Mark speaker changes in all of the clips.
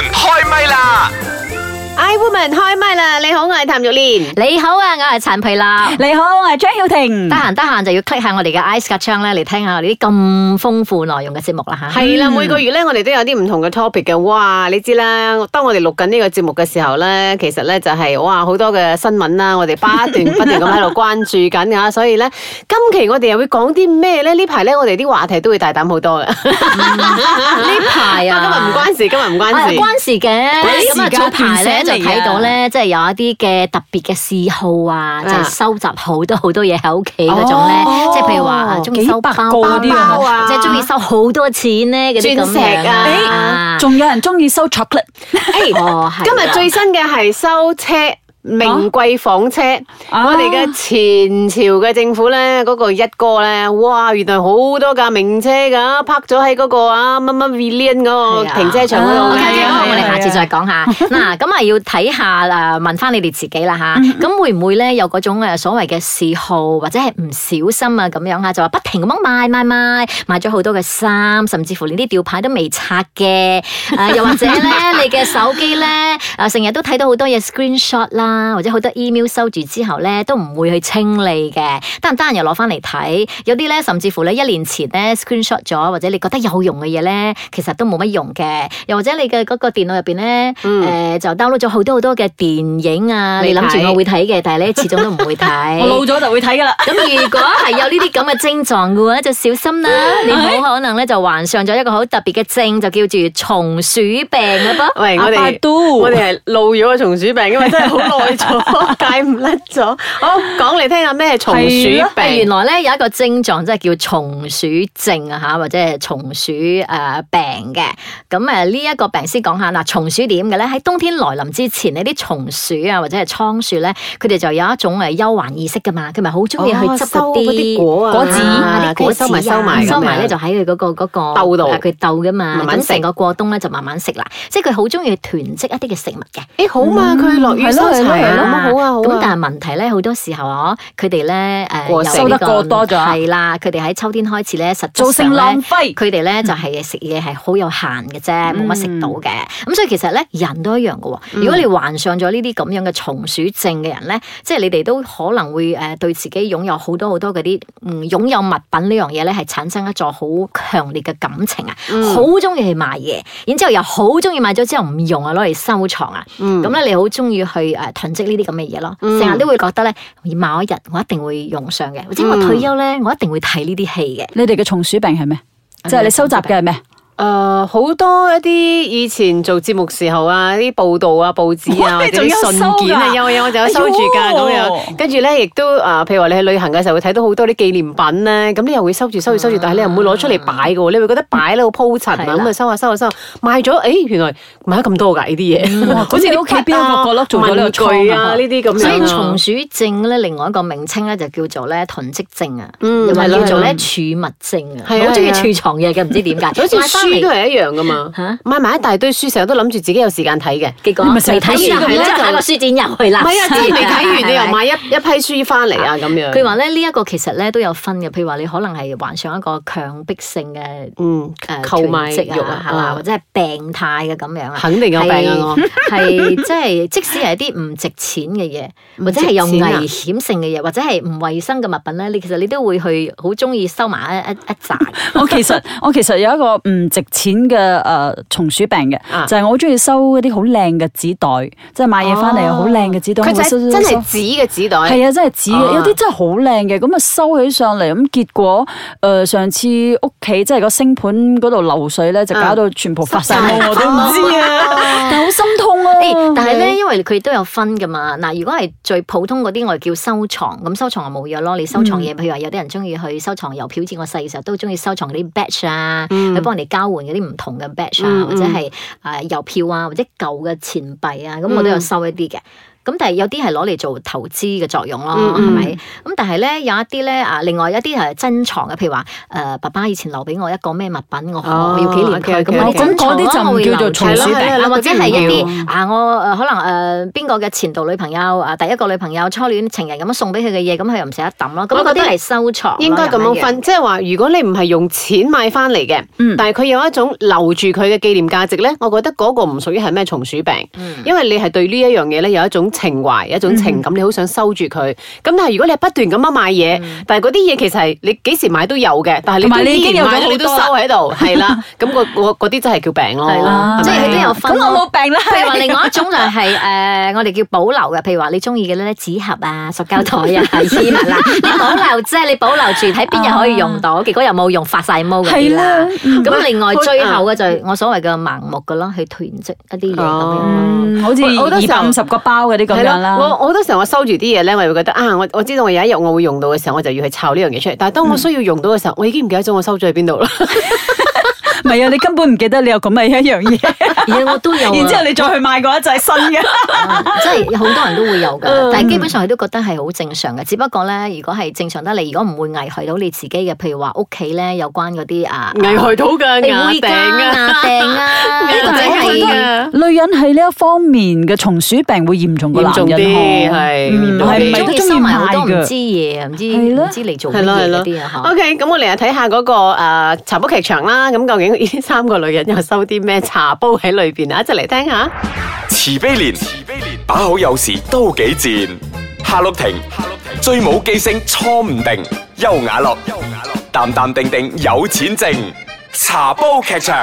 Speaker 1: 咪啦！
Speaker 2: I Woman 開唛啦！你好，我係譚玉蓮。
Speaker 3: 你好啊，我係陳皮啦。
Speaker 2: 嗯
Speaker 4: 你好，我係張曉婷
Speaker 3: 得。閒得閒就要 click 下我哋嘅 Ice 格窗咧，嚟聽下我哋啲咁豐富內容嘅節目啦吓。
Speaker 2: 係啦，每個月咧，我哋都有啲唔同嘅 topic 嘅。哇，你知啦，當我哋錄緊呢個節目嘅時候咧，其實咧就係、哇好多嘅新聞啦，我哋不斷不斷咁喺度關注緊㗎。所以咧，今期我哋又會講啲咩咧？呢排咧，我哋啲話題都會大膽好多嘅。
Speaker 3: 呢排
Speaker 2: 今日唔
Speaker 3: 啊，
Speaker 2: 關事，今日唔關
Speaker 3: 啊
Speaker 2: 事。
Speaker 3: 關事嘅，
Speaker 4: 事
Speaker 3: 咁啊
Speaker 4: 㗎
Speaker 3: 早排咧就
Speaker 4: 斷捨離啊
Speaker 3: 睇到咧，即係有一啲嘅特別嘅嗜好啊，就係收集好多好多嘢喺屋企嗰種咧
Speaker 4: 哦，
Speaker 3: 即係譬如話啊中意收包
Speaker 4: 幾百個嗰啲啊
Speaker 3: 包
Speaker 2: 嘛
Speaker 3: 即係中意收好多錢咧嗰啲咁
Speaker 2: 鑽石
Speaker 3: 樣
Speaker 2: 啊
Speaker 3: 啊。
Speaker 4: 仲有人中意收 chocolate，
Speaker 2: 誒
Speaker 3: 哦係啊
Speaker 2: 今日最新嘅係收車。名貴房車，
Speaker 4: 啊
Speaker 2: 我哋嘅前朝嘅政府咧，嗰、個一哥咧，哇，原來好多架名車噶，泊咗喺嗰個啊乜乜 Villian 嗰個
Speaker 3: 係啊
Speaker 2: 停車場嗰度
Speaker 3: OK，
Speaker 2: 嘅。
Speaker 4: 係
Speaker 3: OK，
Speaker 4: 啊
Speaker 3: 好，我
Speaker 4: 係
Speaker 3: 哋
Speaker 4: 啊
Speaker 3: 下次再講下。 嗱，咁啊要睇下誒，問翻你哋自己啦
Speaker 4: 嗯
Speaker 3: 吓。咁會唔會咧有嗰種呃誒所謂嘅嗜好，或者係唔小心啊咁樣啊，就話不停咁樣買買買，買咗好多嘅衫，甚至乎連啲吊牌都未拆嘅。誒，又或者咧，你嘅手機咧誒，成日都睇到好多嘢 screenshot 啦，或者好多 email 收住之後咧，都唔會去清理嘅。得唔得閒又攞翻嚟睇？有啲咧，甚至乎咧一年前咧 screenshot 咗，或者你覺得有用嘅嘢咧，其實都冇乜用嘅。又或者你嘅嗰個電腦入邊咧，誒、就 download 咗好多好多嘅電影啊，
Speaker 2: 未
Speaker 3: 你
Speaker 2: 睇
Speaker 3: 諗住我會睇嘅，但係咧始終都唔會
Speaker 4: 我老
Speaker 3: 睇。
Speaker 4: 咗就會睇噶啦。
Speaker 3: 咁如果係有呢啲咁嘅症狀嘅話，就小心啦！你好可能咧就患上咗一個好特別嘅症，就叫做松鼠病嘅噃。
Speaker 2: 喂，我
Speaker 4: 阿百
Speaker 2: 哋
Speaker 4: 度
Speaker 2: 我哋係露咗個松鼠病，因為真係好耐 咗，戒唔甩咗。好，講嚟聽下咩係松鼠
Speaker 4: 係咯
Speaker 3: 係原
Speaker 2: 病。
Speaker 3: 來咧有一個症狀，即係叫松鼠症啊嚇，或者係松鼠誒、呃病嘅。咁誒呢一個病先講下嗱，松鼠點嘅咧？喺冬天來臨之前，呢啲松鼠啊或者係倉鼠咧，佢哋就有一種誒憂患意識噶嘛，佢咪好中意去
Speaker 2: 哦
Speaker 3: 執
Speaker 2: 收
Speaker 3: 嗰
Speaker 2: 嗰啲
Speaker 3: 啲
Speaker 2: 果啊
Speaker 3: 果子
Speaker 2: 啊
Speaker 3: 啊，啲果子
Speaker 2: 收埋
Speaker 3: 啊
Speaker 2: 收埋咁樣
Speaker 3: 收埋咧就喺佢嗰個嗰個
Speaker 2: 兜度
Speaker 3: 啊佢竇噶嘛，
Speaker 2: 慢慢
Speaker 3: 咁
Speaker 2: 食
Speaker 3: 成個過冬咧就慢慢食啦，即係佢好中意囤積一啲嘅食物嘅。
Speaker 2: 誒好嘛，佢落雨
Speaker 4: 係
Speaker 2: 收
Speaker 4: 咯
Speaker 2: 柴
Speaker 4: 係
Speaker 2: 啊，
Speaker 4: 咯
Speaker 2: 好啊好
Speaker 3: 咁
Speaker 2: 啊。
Speaker 3: 但係問題咧，好多時候啊，佢哋咧誒
Speaker 2: 過剩
Speaker 3: 有呢個
Speaker 4: 收得過多咗啊
Speaker 3: 係啦，佢哋喺秋天開始咧，實質
Speaker 4: 造成
Speaker 3: 上呢
Speaker 4: 浪費
Speaker 3: 佢哋咧就係食嘢係好有限嘅啫，冇乜食到嘅。咁所以其實咧，人都一樣嘅喎。如果你患上咗呢啲咁樣嘅松鼠症嘅人咧，即係你哋都可能會誒對自己擁有好多好多嗰啲嗯擁有物品呢樣嘢咧，係產生一座好強烈嘅感情啊，好中意去買嘢，然之後又好中意買咗之後唔用啊，攞嚟收藏啊。咁咧你好中意去誒囤積呢啲咁嘅嘢咯，成日都會覺得咧，某一日我一定會用上嘅，或者我退休咧，我一定會睇呢啲戲嘅。
Speaker 4: 你哋嘅松鼠病係咩？
Speaker 3: 啊
Speaker 4: 即係你收集嘅係咩？
Speaker 2: 誒好、多一啲以前做節目時候啊，啲報道啊、報紙啊，
Speaker 4: 哇
Speaker 2: 或
Speaker 4: 你
Speaker 2: 者
Speaker 4: 仲有
Speaker 2: 啲信件啊，
Speaker 4: 收㗎
Speaker 2: 有有我就有收住㗎
Speaker 4: 哎
Speaker 2: 咁
Speaker 4: 喲
Speaker 2: 樣。跟住咧，亦都誒、啊譬如話你去旅行嘅時候會睇到好多啲紀念品咧，咁你又會收住收住收住，但係你又唔會攞出嚟擺嘅喎，你會覺得擺咧好鋪塵啊，
Speaker 3: 係啦
Speaker 2: 咁啊收下收下收下，賣咗誒、哎原來賣咗咁多㗎呢啲嘢，
Speaker 4: 哇咁你屋企
Speaker 2: 啲筆
Speaker 4: 邊
Speaker 2: 啊
Speaker 4: 一個角落做咗呢個
Speaker 2: 文具
Speaker 4: 倉
Speaker 2: 啊
Speaker 4: 啊
Speaker 2: 呢啲咁樣啊。
Speaker 3: 所以松鼠症咧，另外一個名稱咧就叫做咧囤積症啊，
Speaker 2: 嗯
Speaker 3: 又或者
Speaker 2: 係咯
Speaker 3: 叫做
Speaker 2: 係
Speaker 3: 咧
Speaker 2: 咯
Speaker 3: 儲物症啊，
Speaker 2: 係啊
Speaker 3: 好中意
Speaker 2: 係啊
Speaker 3: 儲藏嘢嘅，唔知點解。
Speaker 2: 好似
Speaker 3: 買翻嚟
Speaker 2: 書都係一樣㗎嘛
Speaker 3: 嚇，
Speaker 2: 買埋一大堆書，成日都諗住自己有時間睇嘅。
Speaker 3: 結果
Speaker 4: 你咪成日
Speaker 3: 未睇
Speaker 2: 睇
Speaker 3: 完，
Speaker 2: 書
Speaker 3: 然之
Speaker 2: 係
Speaker 3: 後
Speaker 2: 啦
Speaker 3: 喺個書展入去 啦。
Speaker 2: 唔係啊，真係未睇完，你又
Speaker 3: 係咪
Speaker 2: 買一一批書翻嚟啊咁樣。
Speaker 3: 佢話咧呢一個其實咧都有分嘅，譬如話你可能係患上一個強迫性嘅
Speaker 2: 嗯
Speaker 3: 誒
Speaker 2: 購買
Speaker 3: 囤積
Speaker 2: 慾
Speaker 3: 啊
Speaker 2: 啊，
Speaker 3: 係
Speaker 2: 啊
Speaker 3: 啦，或者係病態嘅咁樣啊。
Speaker 2: 肯定有病啊我。
Speaker 3: 係即係 即使係一啲唔值錢嘅嘢，或者係有
Speaker 2: 唔值錢啊
Speaker 3: 危險性嘅嘢，或者係唔衞生嘅物品咧，你其實你都會去好中意收埋一一一扎。
Speaker 4: 我其實 我其實有一個唔值錢嘅誒松鼠病
Speaker 2: 啊
Speaker 4: 嘅，就係我好中意收嗰啲好靚嘅紙袋，即係買嘢翻嚟又好靚嘅紙袋，
Speaker 2: 哦佢就
Speaker 4: 我
Speaker 2: 係
Speaker 4: 收收
Speaker 2: 真
Speaker 4: 收
Speaker 2: 係紙嘅紙袋。
Speaker 4: 係啊，真係紙
Speaker 2: 啊
Speaker 4: 嘅，有啲真係好靚嘅，咁啊收起上嚟，咁結果誒、呃上次屋企即係個星盤嗰度漏水咧，就搞到全部發晒毛，我都唔 知
Speaker 2: 哦
Speaker 4: 啊，但好心痛啊！
Speaker 3: 誒，但係咧，因為佢都有分噶嘛。嗱，如果係最普通嗰啲，我哋叫收藏，咁收藏就冇嘢咯。你收藏嘢，譬如話有啲人中意去收藏郵票，好似我細嘅時候都中意收藏嗰啲 batch 啊，去幫人哋交換嗰啲唔同嘅 batch 啊，
Speaker 2: 嗯
Speaker 3: 或者係誒郵票啊，或者舊嘅錢幣啊，咁我都有收一啲嘅。咁但係有啲係攞嚟做投資嘅作用咯，
Speaker 2: 嗯
Speaker 3: 係
Speaker 2: 嗯
Speaker 3: 咪？咁但係咧有一啲咧啊，另外一啲係珍藏嘅，譬如話誒、爸爸以前留俾我一個咩物品，我
Speaker 2: 哦
Speaker 3: 我要紀念佢
Speaker 2: OK，OK，
Speaker 3: 咁我
Speaker 2: OK
Speaker 3: 珍藏
Speaker 4: 哦咁嗰啲就唔
Speaker 3: 我會
Speaker 4: 叫做
Speaker 3: 留
Speaker 4: 松
Speaker 3: 住
Speaker 2: 鼠
Speaker 3: 係咯
Speaker 2: 病
Speaker 3: 係
Speaker 2: 啦
Speaker 3: 啦或者
Speaker 2: 嗰啲唔
Speaker 3: 係一
Speaker 2: 叫
Speaker 3: 啲啊，我誒可能誒邊個嘅前度女朋友啊，第一個女朋友初戀情人咁樣送俾佢嘅嘢，咁佢又唔捨得抌咯。咁
Speaker 2: 我覺
Speaker 3: 嗰
Speaker 2: 得
Speaker 3: 啲係收藏咯，
Speaker 2: 應該咁樣
Speaker 3: 樣
Speaker 2: 分，即係話如果你唔係用錢買翻嚟嘅，
Speaker 4: 嗯
Speaker 2: 但係佢有一種留住佢嘅紀念價值咧，我覺得嗰個唔屬於係咩松鼠病，
Speaker 3: 嗯
Speaker 2: 因為你係對呢一樣嘢咧有一種情懷，有一種情感，你好想收住佢。咁但係如果你係不斷咁樣買嘢，但係嗰啲嘢其實係你幾時買都有嘅，但係你
Speaker 4: 同埋
Speaker 2: 都
Speaker 4: 你已
Speaker 2: 依
Speaker 4: 經
Speaker 2: 然
Speaker 4: 有咗
Speaker 2: 買
Speaker 4: 好
Speaker 2: 你都
Speaker 4: 多
Speaker 2: 收
Speaker 4: 啦
Speaker 2: 喺度，係啦，咁個個嗰啲真係叫病咯，
Speaker 3: 係啦
Speaker 2: 係咪
Speaker 3: 即係佢都有分
Speaker 4: 啊咁我冇病啦。
Speaker 3: 譬如話另外一種就 係、誒、我哋叫保留嘅，譬如話你中意嘅咧紙盒啊、塑膠袋啊、衣物 啦，你保留即係你保留住睇邊日可以用到，結果又冇用發晒毛嗰啲啦。
Speaker 4: 嗯
Speaker 3: 咁另外
Speaker 2: 好
Speaker 3: 最後嘅就係我所謂嘅盲目嘅咯，去囤積一啲嘢咁樣。
Speaker 4: 嗯，好似
Speaker 2: 好多時候
Speaker 4: 二百五十個包嗰啲咁
Speaker 2: 係
Speaker 4: 樣
Speaker 2: 咯，我
Speaker 4: 啦。
Speaker 2: 我好多時候我收住啲嘢咧，我係會覺得啊，我我知道我有一日我會用到嘅時候，我就要去抄呢樣嘢出嚟。但係當我需要用到嘅時候，我已經唔記得咗我收咗喺邊度啦。
Speaker 4: 唔係啊，你根本唔記得你有咁嘅一樣 嘢，
Speaker 3: 而我都有
Speaker 4: 然之後
Speaker 3: 啊，
Speaker 4: 你再去買過一隻新嘅。
Speaker 3: 即係好多人都會有
Speaker 2: 嗯
Speaker 3: 㗎，但係基本上佢都覺得係好正常嘅。只不過咧，如果係正常得嚟，如果唔會危害到你自己嘅，譬如話屋企咧有關嗰啲啊，
Speaker 2: 危害到㗎，
Speaker 3: 你
Speaker 2: 牙
Speaker 3: 會
Speaker 2: 頂
Speaker 3: 㗎
Speaker 2: 啊，
Speaker 3: 牙定 啊，
Speaker 2: 呢個
Speaker 3: 或者
Speaker 2: 真係
Speaker 3: 係。
Speaker 4: 女人喺呢一方面嘅松鼠病會嚴重過
Speaker 2: 嚴
Speaker 4: 男
Speaker 2: 重
Speaker 4: 人
Speaker 2: 啲
Speaker 4: 嗬。
Speaker 2: 係
Speaker 4: 嗯
Speaker 2: 嚴重
Speaker 4: 係
Speaker 2: 啲
Speaker 4: 咪
Speaker 3: 中
Speaker 4: 都
Speaker 3: 意
Speaker 4: 中意
Speaker 3: 收埋好
Speaker 4: 買
Speaker 3: 多唔
Speaker 4: 嘅
Speaker 3: 知嘢，唔知
Speaker 4: 係咯
Speaker 3: 唔知嚟做乜
Speaker 2: 係咯係
Speaker 3: 嘢嗰
Speaker 2: 咯
Speaker 3: 啲啊嚇。
Speaker 2: OK，咁我嚟啊睇下嗰個誒茶煲劇場啦。咁究竟呢三個女人又收啲咩茶煲喺裏邊啊？一齊嚟聽下。
Speaker 1: 慈悲蓮，慈悲蓮，把好有時都幾賤。夏綠庭，夏綠庭，最冇記性錯唔定。優雅樂，優雅樂，淡淡定定有錢剩。茶煲劇場。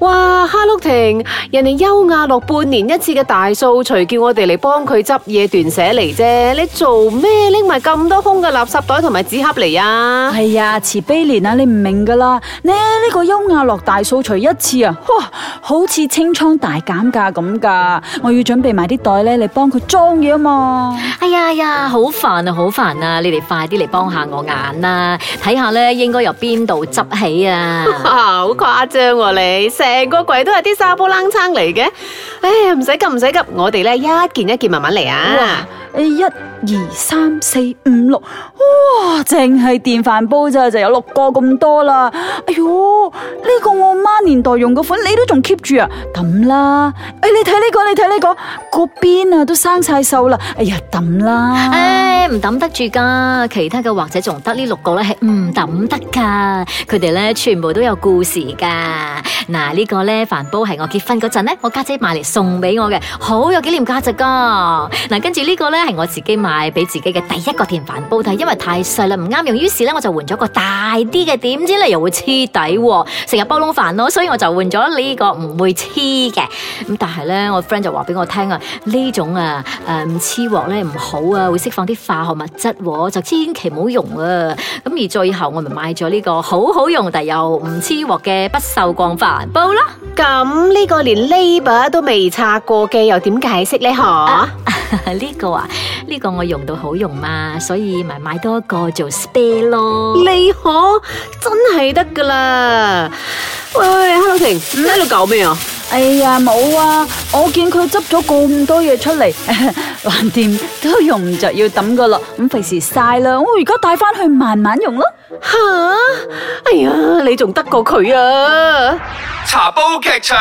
Speaker 2: 哇，哈碌婷，人哋優雅樂半年一次嘅大掃除，叫我哋嚟幫佢執嘢斷捨離啫。你做咩拎埋咁多空嘅垃圾袋同埋紙盒嚟啊？
Speaker 4: 係啊，慈悲蓮啊，你唔明噶啦，呢呢個優雅樂大掃除一次啊，哇，好似清倉大減價咁噶，我要準備埋啲袋咧嚟幫佢裝嘢啊嘛。
Speaker 3: 哎呀哎呀，好煩啊，好煩啊！你哋快啲嚟幫下我眼啦，睇下咧應該由邊度執起 啊！
Speaker 2: 啊，好誇張喎你，成個櫃都係啲沙煲冷撐嚟嘅。唉，唔使急，唔使急，我哋咧一件一件慢慢嚟啊。
Speaker 4: 誒，一二三四五六，哇，淨係電飯煲咋就有六個咁多啦。哎喲，呢、個我媽年代用嗰款，你都仲 keep 住啊？抌啦！誒，你睇呢、個，你睇呢、個，嗰邊啊都生晒鏽啦。哎呀，抌啦！
Speaker 3: 唉，唔抌得住噶，其他嘅或者仲得呢六個咧係唔抌得噶，佢哋咧全部都有故事噶。嗱，呢個咧帆煲係我結婚嗰陣咧，我家姐買嚟送俾我嘅，好有紀念價值噶。嗱，跟住呢個咧係我自己買俾自己嘅第一個電飯煲，但係因為太細啦唔啱用，於是咧我就換咗個大啲嘅，點知咧又會黐底喎，成日煲窿飯咯，所以我就換咗呢個唔會黐嘅。咁但係咧，我 friend 就話俾我聽啊，呢種啊誒唔黐鑊咧唔好啊，會釋放啲化學物質喎，就千祈唔好用啊。咁而最後我咪買咗呢個好好用但又唔黐鑊嘅不鏽鋼飯煲啦。
Speaker 2: 咁呢個連 label 都未拆過嘅，又點解釋呢？嗬？
Speaker 3: 呢個啊，呢個我用到好用嘛，所以咪買多一個做 spare 咯。
Speaker 2: 你可真係得噶啦！喂喂，Hello 婷，你喺度搞咩啊？
Speaker 4: 哎呀，冇啊！我見佢執咗咁多嘢出 嚟，橫掂都用唔着要抌噶啦，咁費事嘥啦。我而家帶翻去慢慢用啦。
Speaker 2: 吓！哎呀，你仲得過佢啊！
Speaker 1: 茶煲劇場。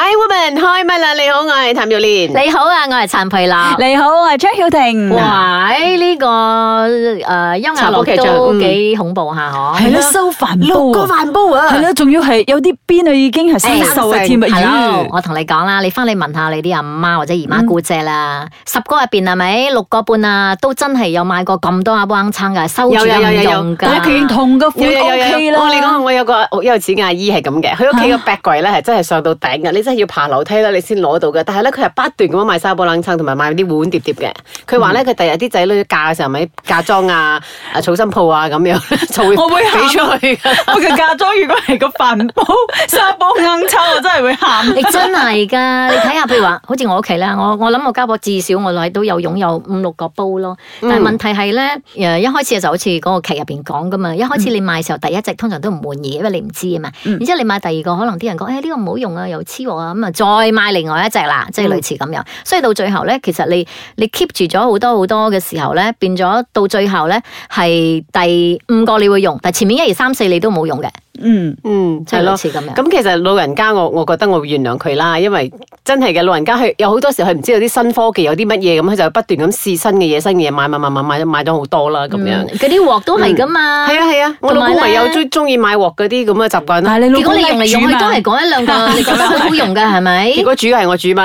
Speaker 2: I woman 開唛啦！你好，我係譚玉蓮。
Speaker 3: 你好啊，我係陳培娜。
Speaker 4: 你好，我係張曉
Speaker 2: 嗯
Speaker 4: 婷。
Speaker 3: 哇！哎呢、個誒優雅
Speaker 2: 茶煲劇
Speaker 3: 樂
Speaker 2: 場
Speaker 3: 都
Speaker 2: 嗯
Speaker 3: 幾恐怖下嗬。
Speaker 4: 係啦，收飯
Speaker 2: 六
Speaker 4: 煲
Speaker 2: 個
Speaker 4: 啊！
Speaker 2: 飯煲啊！
Speaker 4: 係啦，仲要係有啲邊啊，已經係生鏽啊，添啊
Speaker 3: Hello，，我同你講啦，你翻嚟問下你啲阿媽或者姨媽姑姐啦，十個入邊係咪六個半啊，都真係有買過咁多阿幫撐噶，收住
Speaker 2: 有有有
Speaker 3: 又唔
Speaker 2: 有有
Speaker 3: 用噶。
Speaker 4: 但係佢同個款
Speaker 2: 有有有
Speaker 4: OK
Speaker 2: 有，
Speaker 4: 啦。
Speaker 2: 我你講我有個幼稚阿姨係咁嘅，佢屋企個壁櫃咧係真係上到頂嘅，你真係要爬樓梯咧你先攞到嘅。但係咧佢係不斷咁樣買沙煲冷餐同埋買啲碗碟碟嘅。佢話咧佢第日啲仔女嫁嘅時候咪嫁妝啊、啊草心鋪啊咁 樣就會
Speaker 4: 我會
Speaker 2: 俾出去㗎。
Speaker 4: 我嘅嫁妝如果係個飯 煲、沙煲硬抽，我真係會喊。
Speaker 3: 你真 係噶，你睇下，譬如話，好似我屋企啦，我我諗我家婆至少我哋都有擁有五六個煲咯。
Speaker 2: 嗯
Speaker 3: 但係問題係咧，誒一開始就好似嗰個劇入邊講噶嘛，一
Speaker 2: 嗯
Speaker 3: 開始哎你買嘅時候，第一隻通常都唔滿意，因為你唔知啊嘛。然之後你買第二個，可能啲人講，誒呢個唔好用啊，又黐喎，啊，咁啊再買另外一隻啦，即
Speaker 2: 嗯
Speaker 3: 係類似咁樣。所以到最後咧，其實你你 keep 住咗好多好多嘅時候咧，變咗到最後咧係第五個你會用，但係前面一二三四你都冇用嘅，
Speaker 4: 嗯，
Speaker 2: 嗯，
Speaker 3: 即
Speaker 2: 係
Speaker 3: 係
Speaker 2: 咯
Speaker 3: 類。似咁樣。
Speaker 4: 啊
Speaker 2: 咁其實老人家我我覺得我會原諒佢啦，因為真係嘅老人家佢有好多時佢唔知道啲新科技有啲乜嘢，咁佢就不斷咁試新嘅嘢、新嘅嘢買買買買買買咗好多啦咁樣。
Speaker 3: 嗯嗰啲鑊都係噶嘛。
Speaker 2: 係啊係啊，我老公
Speaker 3: 同埋
Speaker 2: 咪
Speaker 3: 呢
Speaker 2: 有中中意買鑊嗰啲咁嘅習慣啦。
Speaker 4: 但係你老
Speaker 3: 結果你
Speaker 4: 公
Speaker 3: 用嚟用去都係
Speaker 4: 係
Speaker 3: 嗰一 兩個，你覺得好好用嘅係咪？
Speaker 2: 結果煮係我煮嘛，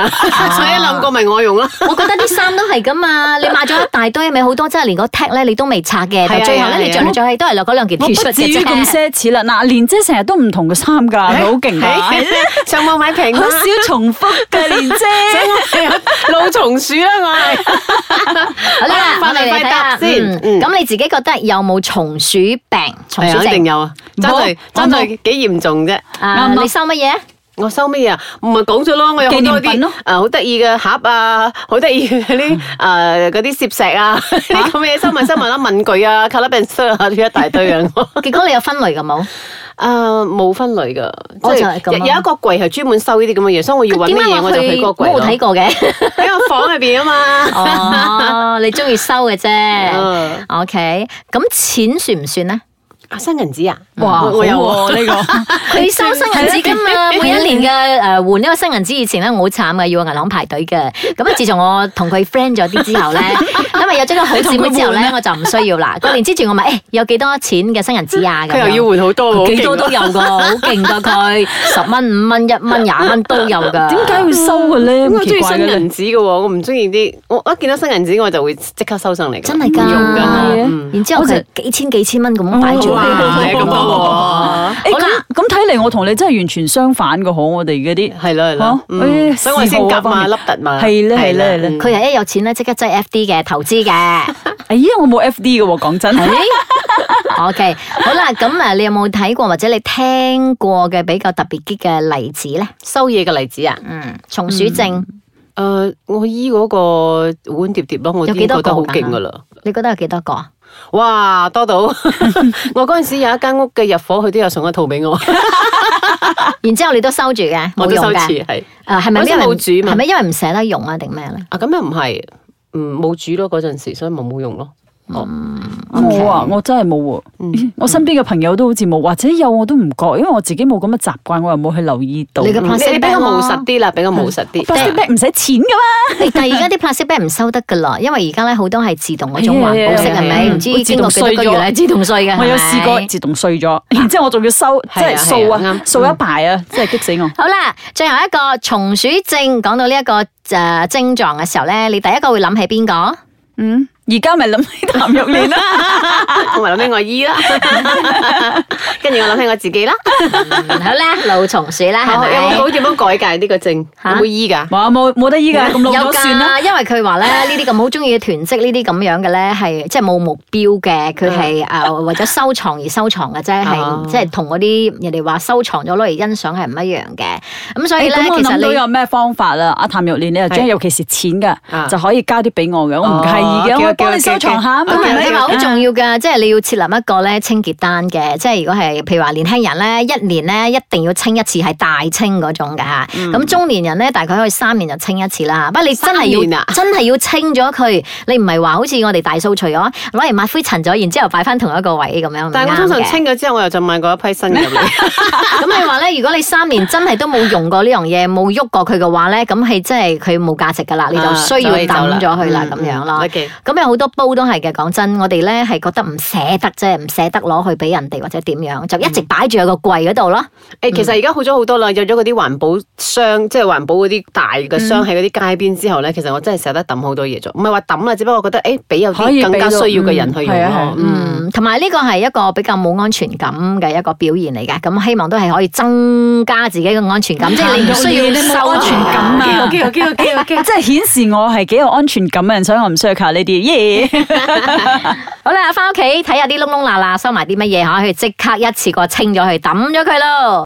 Speaker 4: 啊
Speaker 2: 所以兩個咪我用啦。
Speaker 3: 我覺得啲衫都係噶嘛，你買咗一大堆，咪好多真係連個 tag 咧你都未拆嘅，
Speaker 2: 係
Speaker 3: 但
Speaker 2: 啊
Speaker 3: 最後咧
Speaker 2: 係啊
Speaker 3: 你着嚟着去都係落嗰兩件
Speaker 4: 我
Speaker 3: T 恤
Speaker 4: 不至於
Speaker 3: 嘅
Speaker 4: 咁
Speaker 3: 啫。
Speaker 4: 奢侈啦。嗱，蓮姐成日都唔同嘅衫 㗎，啊佢好勁㗎，
Speaker 2: 係上網買平
Speaker 4: 好
Speaker 2: 啦。
Speaker 4: 少重複嘅蓮 姐。
Speaker 2: 係啊老松鼠啦，我係
Speaker 3: 好啦，我
Speaker 2: 快
Speaker 3: 哋
Speaker 2: 嚟
Speaker 3: 嚟睇下
Speaker 2: 答先
Speaker 3: 嗯
Speaker 2: 嗯
Speaker 3: 咁你自己覺得有冇松鼠病、松
Speaker 2: 係
Speaker 3: 鼠
Speaker 2: 啊一定
Speaker 3: 症？
Speaker 2: 有啊，真係真係幾嚴重啫。
Speaker 3: 啊，
Speaker 4: 啱啊
Speaker 3: 你收乜嘢？
Speaker 2: 我收咩啊？唔係講咗咯，我有好
Speaker 4: 紀
Speaker 2: 多
Speaker 4: 念品
Speaker 2: 啲
Speaker 4: 咯
Speaker 2: 啊好得意嘅盒啊，好得意 嗰啲誒嗰啲攝石啊， 啲咁嘅嘢收埋收埋啦，文具啊 c o l o r b a n d 啊，呢一大堆啊，我
Speaker 3: 結果你有分類嘅冇？
Speaker 2: 啊冇分類噶，
Speaker 3: 我
Speaker 2: 即
Speaker 3: 就係咁
Speaker 2: 係有
Speaker 3: 咯
Speaker 2: 有一個櫃係專門收呢啲咁嘅嘢，所以我要揾
Speaker 3: 點
Speaker 2: 咩
Speaker 3: 解
Speaker 2: 嘢我就去嗰個櫃
Speaker 3: 我冇
Speaker 2: 咯
Speaker 3: 睇過 嘅？
Speaker 2: 喺個房入邊啊嘛。
Speaker 3: 哦，你中意收嘅啫
Speaker 2: 嗯。
Speaker 3: OK，咁錢算唔算咧？
Speaker 2: 啊新銀紙啊，
Speaker 4: 哇，
Speaker 2: 我
Speaker 4: 好
Speaker 2: 我有喎
Speaker 4: 喎呢個。
Speaker 3: 佢收新銀紙噶
Speaker 2: 啊
Speaker 3: 嘛，每一年嘅誒換呢個新銀紙以前咧，我好慘嘅，要去銀行排 隊嘅。咁啊，自從我同佢 friend 咗啲之後咧，因為有咗個好姊妹之後咧，我就唔需要啦。過年之 前我咪誒有幾多錢嘅新銀紙啊？咁
Speaker 2: 佢又要
Speaker 3: 樣
Speaker 2: 換好多喎，
Speaker 3: 幾多都
Speaker 2: 好勁啊
Speaker 3: 有㗎，好勁㗎 佢，十蚊、五蚊、一蚊、廿蚊都有㗎。
Speaker 4: 點解會收嘅
Speaker 2: 咁
Speaker 4: 咧？
Speaker 2: 啊我中
Speaker 4: 咁奇
Speaker 2: 意
Speaker 4: 怪
Speaker 2: 新
Speaker 4: 嘅
Speaker 2: 銀紙嘅喎，我唔中意啲，我一見到新銀紙我就會即刻收上嚟㗎。
Speaker 3: 真係㗎？
Speaker 2: 唔用㗎我
Speaker 4: 係啊
Speaker 2: 嗯
Speaker 3: 然之後佢幾千幾千蚊咁擺住
Speaker 2: 哇
Speaker 3: 啊
Speaker 2: 係咁多
Speaker 4: 誒咁咁睇嚟，我同你真係完全相反嘅，好我哋嗰啲
Speaker 2: 喎， 係啦係
Speaker 4: 嚇
Speaker 2: 啦，嗯
Speaker 4: 誒
Speaker 2: 所以我先夾嘛，
Speaker 4: 嗜
Speaker 2: 凹
Speaker 4: 好
Speaker 2: 凸嘛，
Speaker 4: 係咧係咧係咧
Speaker 2: 嗯
Speaker 3: 佢係一有錢咧，即刻擠 F D 嘅投資嘅。
Speaker 4: 哎呀，我冇 F D 嘅喎，講真，
Speaker 3: O、k 好啦，咁啊，你有冇睇過或者你聽過嘅比較特別啲嘅例子咧？
Speaker 2: 收嘢嘅例子啊，
Speaker 3: 嗯，松鼠症，
Speaker 2: 誒，我醫嗰個碗碟碟咯，我已
Speaker 3: 有幾
Speaker 2: 經
Speaker 3: 多
Speaker 2: 覺得
Speaker 3: 個
Speaker 2: 好
Speaker 3: 㗎
Speaker 2: 勁噶啦。
Speaker 3: 你覺得有幾多個啊？
Speaker 2: 哇，多 到我嗰陣時有一間屋嘅入伙，佢都有送一套俾我，
Speaker 3: 然之後你都收住嘅，
Speaker 2: 我
Speaker 3: 冇
Speaker 2: 都
Speaker 3: 用
Speaker 2: 收
Speaker 3: 嘅。
Speaker 2: 錢係。
Speaker 3: 誒係咪因
Speaker 2: 嗰
Speaker 3: 為
Speaker 2: 陣時冇煮嘛
Speaker 3: 係咪因為唔捨得用啊？定咩咧？
Speaker 2: 啊，咁又唔係，嗯，冇煮咯嗰陣時，所以咪冇用咯。
Speaker 4: 我啊，我真係嗯冇喎。咦我身邊嘅朋友都好似冇，或者有我都唔覺，因為我自己冇咁嘅習慣，我又冇去留意到。
Speaker 3: 你嘅
Speaker 2: 嗯
Speaker 3: plastic
Speaker 2: 你你比較
Speaker 3: bag 咯
Speaker 2: 務實啲啦，比較務實 啲。
Speaker 4: plastic bag 唔使錢噶嘛，
Speaker 3: 誒但係而家啲 plastic bag 唔收得噶啦，因為而家咧好多係自動嗰種環保式，
Speaker 2: 係啊係啊
Speaker 3: 係咪？
Speaker 2: 係啊
Speaker 3: 唔知
Speaker 4: 會
Speaker 3: 經過
Speaker 4: 自動
Speaker 3: 幾多個
Speaker 4: 碎咗
Speaker 3: 月咧，自動碎嘅。
Speaker 4: 我有
Speaker 3: 係咪
Speaker 4: 試過自動碎咗，然之後我仲要收，即
Speaker 2: 係啊
Speaker 4: 係掃
Speaker 2: 係啊
Speaker 4: 啊
Speaker 2: 啱，
Speaker 4: 掃一排啊，真係激死我。
Speaker 3: 好啦，最後一個松鼠症，講到呢、一個誒、呃症狀嘅時候咧，你第一個會諗起邊個？
Speaker 4: 嗯，而家咪諗起譚玉蓮啦，
Speaker 2: 我咪諗起我 姨啦，跟住我諗起我自己啦。
Speaker 3: 嗯好啦，老松鼠啦， 係
Speaker 2: 好有
Speaker 3: 咪
Speaker 2: 冇？好點樣改戒呢個症？有
Speaker 3: 嚇
Speaker 2: 冇醫㗎？
Speaker 4: 哇冇冇得醫噶，咁老
Speaker 3: 有
Speaker 4: 咗算啦。
Speaker 3: 㗎，因為佢話 咧呢啲咁好中意嘅囤積呢啲咁樣嘅咧，係即係冇目標嘅，佢
Speaker 4: 嗯
Speaker 3: 係誒為咗收藏而收藏嘅啫，
Speaker 2: 哦
Speaker 4: 啊
Speaker 3: 係即係同嗰啲人哋話收藏咗攞嚟欣賞係唔一樣嘅。哎咁所以咧，
Speaker 4: 誒哎咁我
Speaker 3: 其實
Speaker 4: 諗到
Speaker 3: 你
Speaker 4: 有咩方法啦？阿譚玉蓮，你又
Speaker 2: 係
Speaker 4: 將尤其是錢
Speaker 2: 啊
Speaker 4: 嘅，就可以交啲俾我嘅，我唔介意
Speaker 2: 哦
Speaker 4: 嘅，我
Speaker 2: OK，OK，OK，
Speaker 4: 會幫你收藏下。啊
Speaker 2: 咁
Speaker 3: 咁
Speaker 2: 啊
Speaker 3: 係
Speaker 2: 咪
Speaker 3: 你
Speaker 2: 呢
Speaker 3: 話
Speaker 2: 個
Speaker 3: 好重要㗎，即係你要設立一個咧清潔單嘅，即係如果係譬如話年輕人咧，一年咧一定要清一次係大清嗰種㗎嚇。
Speaker 2: 嗯
Speaker 3: 咁、中年人咧大概可以三年就清一次啦。不過你真係
Speaker 2: 三年
Speaker 3: 要、
Speaker 2: 啊
Speaker 3: 真係要清咗佢，你唔係話好似我哋大掃除咗攞嚟抹灰塵咗，然之後擺翻同一個位咁樣。
Speaker 2: 但係
Speaker 3: 係
Speaker 2: 我通常。清咗之後，我又就買過一批新嘅入嚟。
Speaker 3: 咁你話咧，如果你三年真係都冇用過呢樣嘢，冇喐過佢嘅話咧，咁係真係佢冇價值㗎啦，你就需要
Speaker 2: 啊就
Speaker 3: 抌
Speaker 2: 係
Speaker 3: 咗佢啦
Speaker 2: 嗯
Speaker 3: 咁樣咯
Speaker 2: 嗯。OK，
Speaker 3: 咁有好多煲都係嘅，講真，我哋咧係覺得唔捨得啫，唔捨得攞去俾人哋或者點樣，就一直擺住喺個櫃嗰度咯。
Speaker 2: 誒，其實而家好咗好多啦，有咗嗰啲環保箱，即係環保嗰啲大嘅箱喺嗰啲街邊之後咧，其實我真係捨得抌好多嘢咗。唔係話抌啦，只不過覺得誒，俾有
Speaker 4: 可以
Speaker 2: 啲
Speaker 4: 俾
Speaker 2: 更加需
Speaker 4: 到
Speaker 2: 要嘅人去
Speaker 4: 嗯係
Speaker 2: 用
Speaker 4: 啊係
Speaker 2: 咯
Speaker 4: 啊。
Speaker 2: 嗯
Speaker 3: 嗯，同埋呢個係一個比較冇安全感嘅一個表現嚟嘅，咁希望都係可以增加自己嘅安全 感，即係你唔需要
Speaker 4: 你冇
Speaker 3: 收
Speaker 4: 安全感啊
Speaker 2: 機會機會機會機會
Speaker 4: 即係顯示我係幾有安全感嘅人，所以我唔需要靠呢啲。耶！
Speaker 3: 好啦，翻屋企睇下啲窿窿罅罅收埋啲乜嘢吓，可以即刻一次過清咗佢，抌咗佢咯。